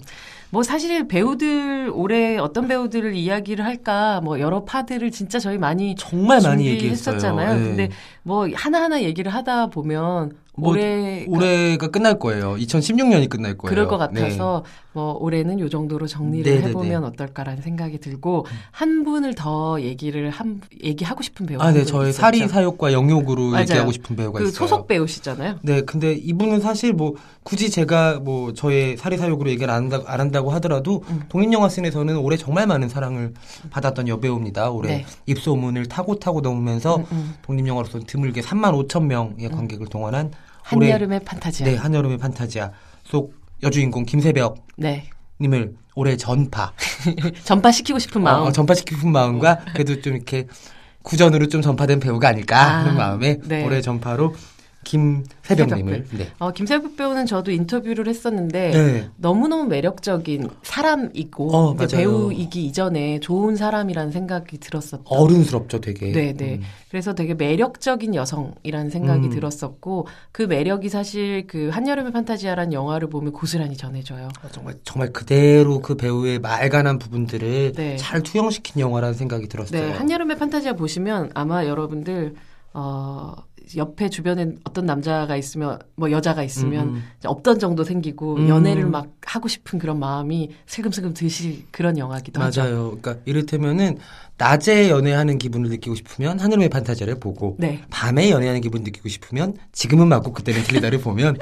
[SPEAKER 2] 뭐 사실 배우들 올해 어떤 배우들을 이야기를 할까 뭐 여러 파들을 진짜 저희 많이
[SPEAKER 3] 정말 많이 얘기했어요.
[SPEAKER 2] 준비했었잖아요.
[SPEAKER 3] 네.
[SPEAKER 2] 근데 뭐 하나하나 얘기를 하다 보면
[SPEAKER 3] 뭐
[SPEAKER 2] 올해
[SPEAKER 3] 올해가 끝날 거예요. 2016년이 끝날
[SPEAKER 2] 그러니까
[SPEAKER 3] 거예요.
[SPEAKER 2] 그럴 것
[SPEAKER 3] 네.
[SPEAKER 2] 같아서 뭐 올해는 요 정도로 정리를
[SPEAKER 3] 네네네.
[SPEAKER 2] 해보면 어떨까라는 생각이 들고 한 분을 더 얘기를 한 얘기하고 싶은 배우
[SPEAKER 3] 아,
[SPEAKER 2] 한
[SPEAKER 3] 네,
[SPEAKER 2] 분이
[SPEAKER 3] 저희
[SPEAKER 2] 있었죠.
[SPEAKER 3] 사리 사욕과 영욕으로
[SPEAKER 2] 맞아요.
[SPEAKER 3] 얘기하고 싶은 배우가
[SPEAKER 2] 그
[SPEAKER 3] 있어요.
[SPEAKER 2] 소속 배우시잖아요.
[SPEAKER 3] 네, 근데 이분은 사실 뭐 굳이 제가 뭐 저의 사리사욕으로 얘기를 안, 한다, 안 한다고 하더라도
[SPEAKER 2] 음.
[SPEAKER 3] 독립영화씬에서는 올해 정말 많은 사랑을 받았던 여배우입니다. 올해
[SPEAKER 2] 네.
[SPEAKER 3] 입소문을 타고 타고 넘으면서
[SPEAKER 2] 음, 음.
[SPEAKER 3] 독립영화로서 드물게 3만 5천 명의 관객을 동원한 올해
[SPEAKER 2] 한여름의 판타지아.
[SPEAKER 3] 네, 한여름의 판타지아 속 여주인공 김세벽
[SPEAKER 2] 네.
[SPEAKER 3] 님을 올해 전파
[SPEAKER 2] 전파시키고 싶은 마음.
[SPEAKER 3] 어, 전파시키고 싶은 마음과 그래도 좀 이렇게 구전으로 좀 전파된 배우가 아닐까 하는
[SPEAKER 2] 아,
[SPEAKER 3] 마음에
[SPEAKER 2] 네.
[SPEAKER 3] 올해 전파로 김세벽님을 네.
[SPEAKER 2] 어, 김세벽 배우는 저도 인터뷰를 했었는데
[SPEAKER 3] 네.
[SPEAKER 2] 너무너무 매력적인 사람이고
[SPEAKER 3] 어,
[SPEAKER 2] 이제
[SPEAKER 3] 맞아요.
[SPEAKER 2] 배우이기 이전에 좋은 사람이라는 생각이 들었었던
[SPEAKER 3] 어른스럽죠, 되게.
[SPEAKER 2] 네, 네.
[SPEAKER 3] 음.
[SPEAKER 2] 그래서 되게 매력적인 여성이라는 생각이
[SPEAKER 3] 음.
[SPEAKER 2] 들었었고 그 매력이 사실 그 한여름의 판타지아라는 영화를 보면 고스란히 전해져요.
[SPEAKER 3] 아, 정말 정말 그대로 그 배우의 말간한 부분들을
[SPEAKER 2] 네.
[SPEAKER 3] 잘 투영시킨 영화라는 생각이 들었어요.
[SPEAKER 2] 네, 한여름의 판타지아 보시면 아마 여러분들 어 옆에 주변에 어떤 남자가 있으면 뭐 여자가 있으면
[SPEAKER 3] 음, 음.
[SPEAKER 2] 이제 없던 정도 생기고
[SPEAKER 3] 음.
[SPEAKER 2] 연애를 막 하고 싶은 그런 마음이 슬금슬금 드실 그런 영화기도 하죠.
[SPEAKER 3] 맞아요. 그러니까 이를테면은 낮에 연애하는 기분을 느끼고 싶으면 하늘의 판타지를 보고
[SPEAKER 2] 네.
[SPEAKER 3] 밤에 연애하는 기분 을 느끼고 싶으면 지금은 맞고 그때는 틀리다를 보면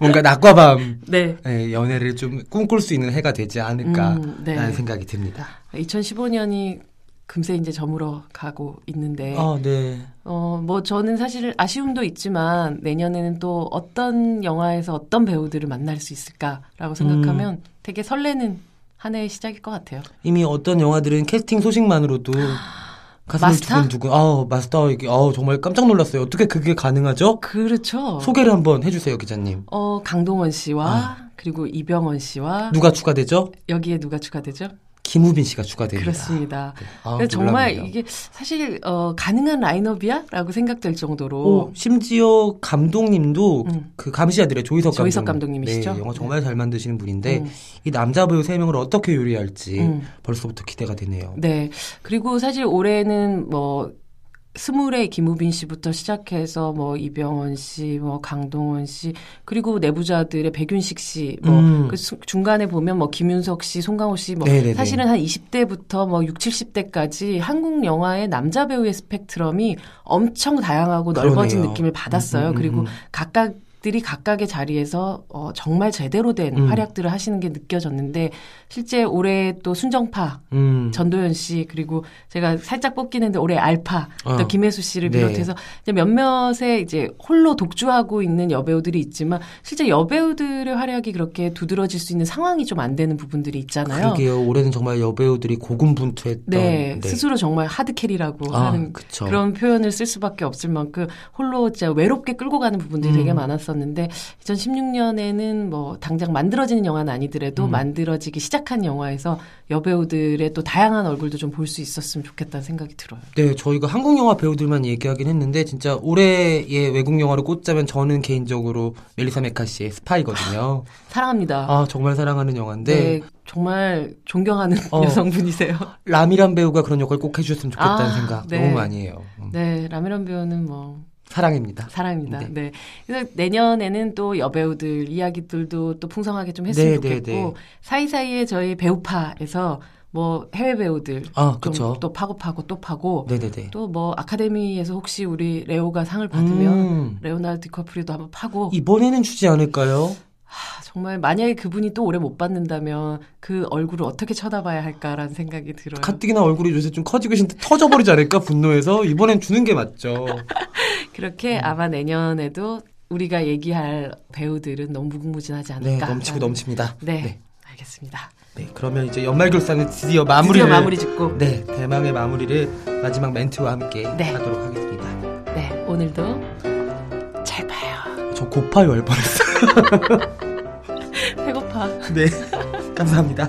[SPEAKER 3] 뭔가 낮과 밤
[SPEAKER 2] 네.
[SPEAKER 3] 의 예, 연애를 좀 꿈꿀 수 있는 해가 되지 않을까라는
[SPEAKER 2] 음, 네.
[SPEAKER 3] 생각이 듭니다.
[SPEAKER 2] 2015년이 금세 이제 저물어 가고 있는데
[SPEAKER 3] 아, 네.
[SPEAKER 2] 어, 뭐 저는 사실 아쉬움도 있지만 내년에는 또 어떤 영화에서 어떤 배우들을 만날 수 있을까라고 생각하면
[SPEAKER 3] 음.
[SPEAKER 2] 되게 설레는 한 해의 시작일 것 같아요.
[SPEAKER 3] 이미 어떤 영화들은 캐스팅 소식만으로도 가슴이
[SPEAKER 2] 마스터?
[SPEAKER 3] 두근두근. 아, 마스터 이게 아, 정말 깜짝 놀랐어요. 어떻게 그게 가능하죠?
[SPEAKER 2] 그렇죠.
[SPEAKER 3] 소개를 한번 해주세요, 기자님.
[SPEAKER 2] 어, 강동원 씨와 그리고 이병헌 씨와
[SPEAKER 3] 아. 누가 추가되죠?
[SPEAKER 2] 여기에 누가 추가되죠?
[SPEAKER 3] 김우빈 씨가 추가됩니다.
[SPEAKER 2] 그렇습니다.
[SPEAKER 3] 네. 아,
[SPEAKER 2] 근데 정말
[SPEAKER 3] 놀랍네요.
[SPEAKER 2] 이게 사실 어, 가능한 라인업이야라고 생각될 정도로
[SPEAKER 3] 오, 심지어 감독님도
[SPEAKER 2] 음.
[SPEAKER 3] 그 감시자들의 조희석 감독
[SPEAKER 2] 조희석 감독님이시죠?
[SPEAKER 3] 네, 영화 정말 잘 만드시는 분인데
[SPEAKER 2] 음.
[SPEAKER 3] 이 남자 배우 세 명을 어떻게 요리할지
[SPEAKER 2] 음.
[SPEAKER 3] 벌써부터 기대가 되네요.
[SPEAKER 2] 네. 그리고 사실 올해는 뭐 스물의 김우빈 씨부터 시작해서 뭐 이병헌 씨, 뭐 강동원 씨, 그리고 내부자들의 백윤식 씨, 뭐
[SPEAKER 3] 음.
[SPEAKER 2] 그 수- 중간에 보면 뭐 김윤석 씨, 송강호 씨, 뭐
[SPEAKER 3] 네네네.
[SPEAKER 2] 사실은 한 20대부터 뭐 6, 70대까지 한국 영화의 남자 배우의 스펙트럼이 엄청 다양하고 넓어진
[SPEAKER 3] 그러네요.
[SPEAKER 2] 느낌을 받았어요.
[SPEAKER 3] 음, 음,
[SPEAKER 2] 그리고
[SPEAKER 3] 음.
[SPEAKER 2] 각각 들이 각각의 자리에서 어, 정말 제대로 된
[SPEAKER 3] 음.
[SPEAKER 2] 활약들을 하시는 게 느껴졌는데 실제 올해 또 순정파
[SPEAKER 3] 음.
[SPEAKER 2] 전도연 씨 그리고 제가 살짝 뽑기는데 올해 알파
[SPEAKER 3] 어.
[SPEAKER 2] 또 김혜수 씨를
[SPEAKER 3] 네.
[SPEAKER 2] 비롯해서 이제 몇몇의 이제 홀로 독주하고 있는 여배우들이 있지만 실제 여배우들의 활약이 그렇게 두드러질 수 있는 상황이 좀 안 되는 부분들이 있잖아요.
[SPEAKER 3] 그러게요. 올해는 정말 여배우들이 고군분투했던
[SPEAKER 2] 네,
[SPEAKER 3] 네.
[SPEAKER 2] 스스로 정말 하드캐리라고
[SPEAKER 3] 아,
[SPEAKER 2] 하는
[SPEAKER 3] 그쵸.
[SPEAKER 2] 그런 표현을 쓸 수밖에 없을 만큼 홀로 진짜 외롭게 끌고 가는 부분들이
[SPEAKER 3] 음.
[SPEAKER 2] 되게 많았었는데 2016년에는 뭐 당장 만들어지는 영화는 아니더라도
[SPEAKER 3] 음.
[SPEAKER 2] 만들어지기 시작한 영화에서 여배우들의 또 다양한 얼굴도 좀 볼 수 있었으면 좋겠다는 생각이 들어요.
[SPEAKER 3] 네, 저희가 한국 영화 배우들만 얘기하긴 했는데 진짜 올해의 외국 영화를 꼽자면 저는 개인적으로 멜리사 메카 씨의 스파이거든요.
[SPEAKER 2] 사랑합니다.
[SPEAKER 3] 아 정말 사랑하는 영화인데
[SPEAKER 2] 네, 정말 존경하는
[SPEAKER 3] 어.
[SPEAKER 2] 여성분이세요.
[SPEAKER 3] 라미란 배우가 그런 역할 꼭 해주셨으면 좋겠다는
[SPEAKER 2] 아,
[SPEAKER 3] 생각
[SPEAKER 2] 네.
[SPEAKER 3] 너무 많이 해요. 음.
[SPEAKER 2] 네, 라미란 배우는 뭐
[SPEAKER 3] 사랑입니다.
[SPEAKER 2] 사랑입니다.
[SPEAKER 3] 네.
[SPEAKER 2] 네. 그래서 내년에는 또 여배우들 이야기들도 또 풍성하게 좀
[SPEAKER 3] 네,
[SPEAKER 2] 했으면
[SPEAKER 3] 네,
[SPEAKER 2] 좋겠고
[SPEAKER 3] 네.
[SPEAKER 2] 사이사이에 저희 배우파에서 뭐 해외 배우들
[SPEAKER 3] 아,
[SPEAKER 2] 좀
[SPEAKER 3] 그쵸.
[SPEAKER 2] 또 파고 파고 또 파고
[SPEAKER 3] 네네네.
[SPEAKER 2] 또 뭐 아카데미에서 혹시 우리 레오가 상을 받으면
[SPEAKER 3] 음,
[SPEAKER 2] 레오나르 디커프리도 한번 파고
[SPEAKER 3] 이번에는 주지 않을까요?
[SPEAKER 2] 아, 정말 만약에 그분이 또 오래 못 받는다면 그 얼굴을 어떻게 쳐다봐야 할까라는 생각이 들어요.
[SPEAKER 3] 가뜩이나 얼굴이 요새 좀 커지고 계신데 터져버리지 않을까 분노해서 이번엔 주는 게 맞죠.
[SPEAKER 2] 아,
[SPEAKER 3] 음.
[SPEAKER 2] 그렇게 아마 내년에도 우리가 얘기할 배우들은 너무 무궁무진하지
[SPEAKER 3] 네
[SPEAKER 2] 않을까.
[SPEAKER 3] 넘치고 넘칩니다.
[SPEAKER 2] 그러니까. 네. 알겠습니다.
[SPEAKER 3] 네, 그러면 이제 연말 결산을 드디어 마무리를
[SPEAKER 2] 드디어 마무리 짓고
[SPEAKER 3] 네 대망의 마무리를 마지막 멘트와 함께
[SPEAKER 2] 네.
[SPEAKER 3] 하도록 하겠습니다.
[SPEAKER 2] 네, 오늘도 잘 봐요.
[SPEAKER 3] 저 고파 열번했어요.
[SPEAKER 2] 배고파.
[SPEAKER 3] 네 감사합니다.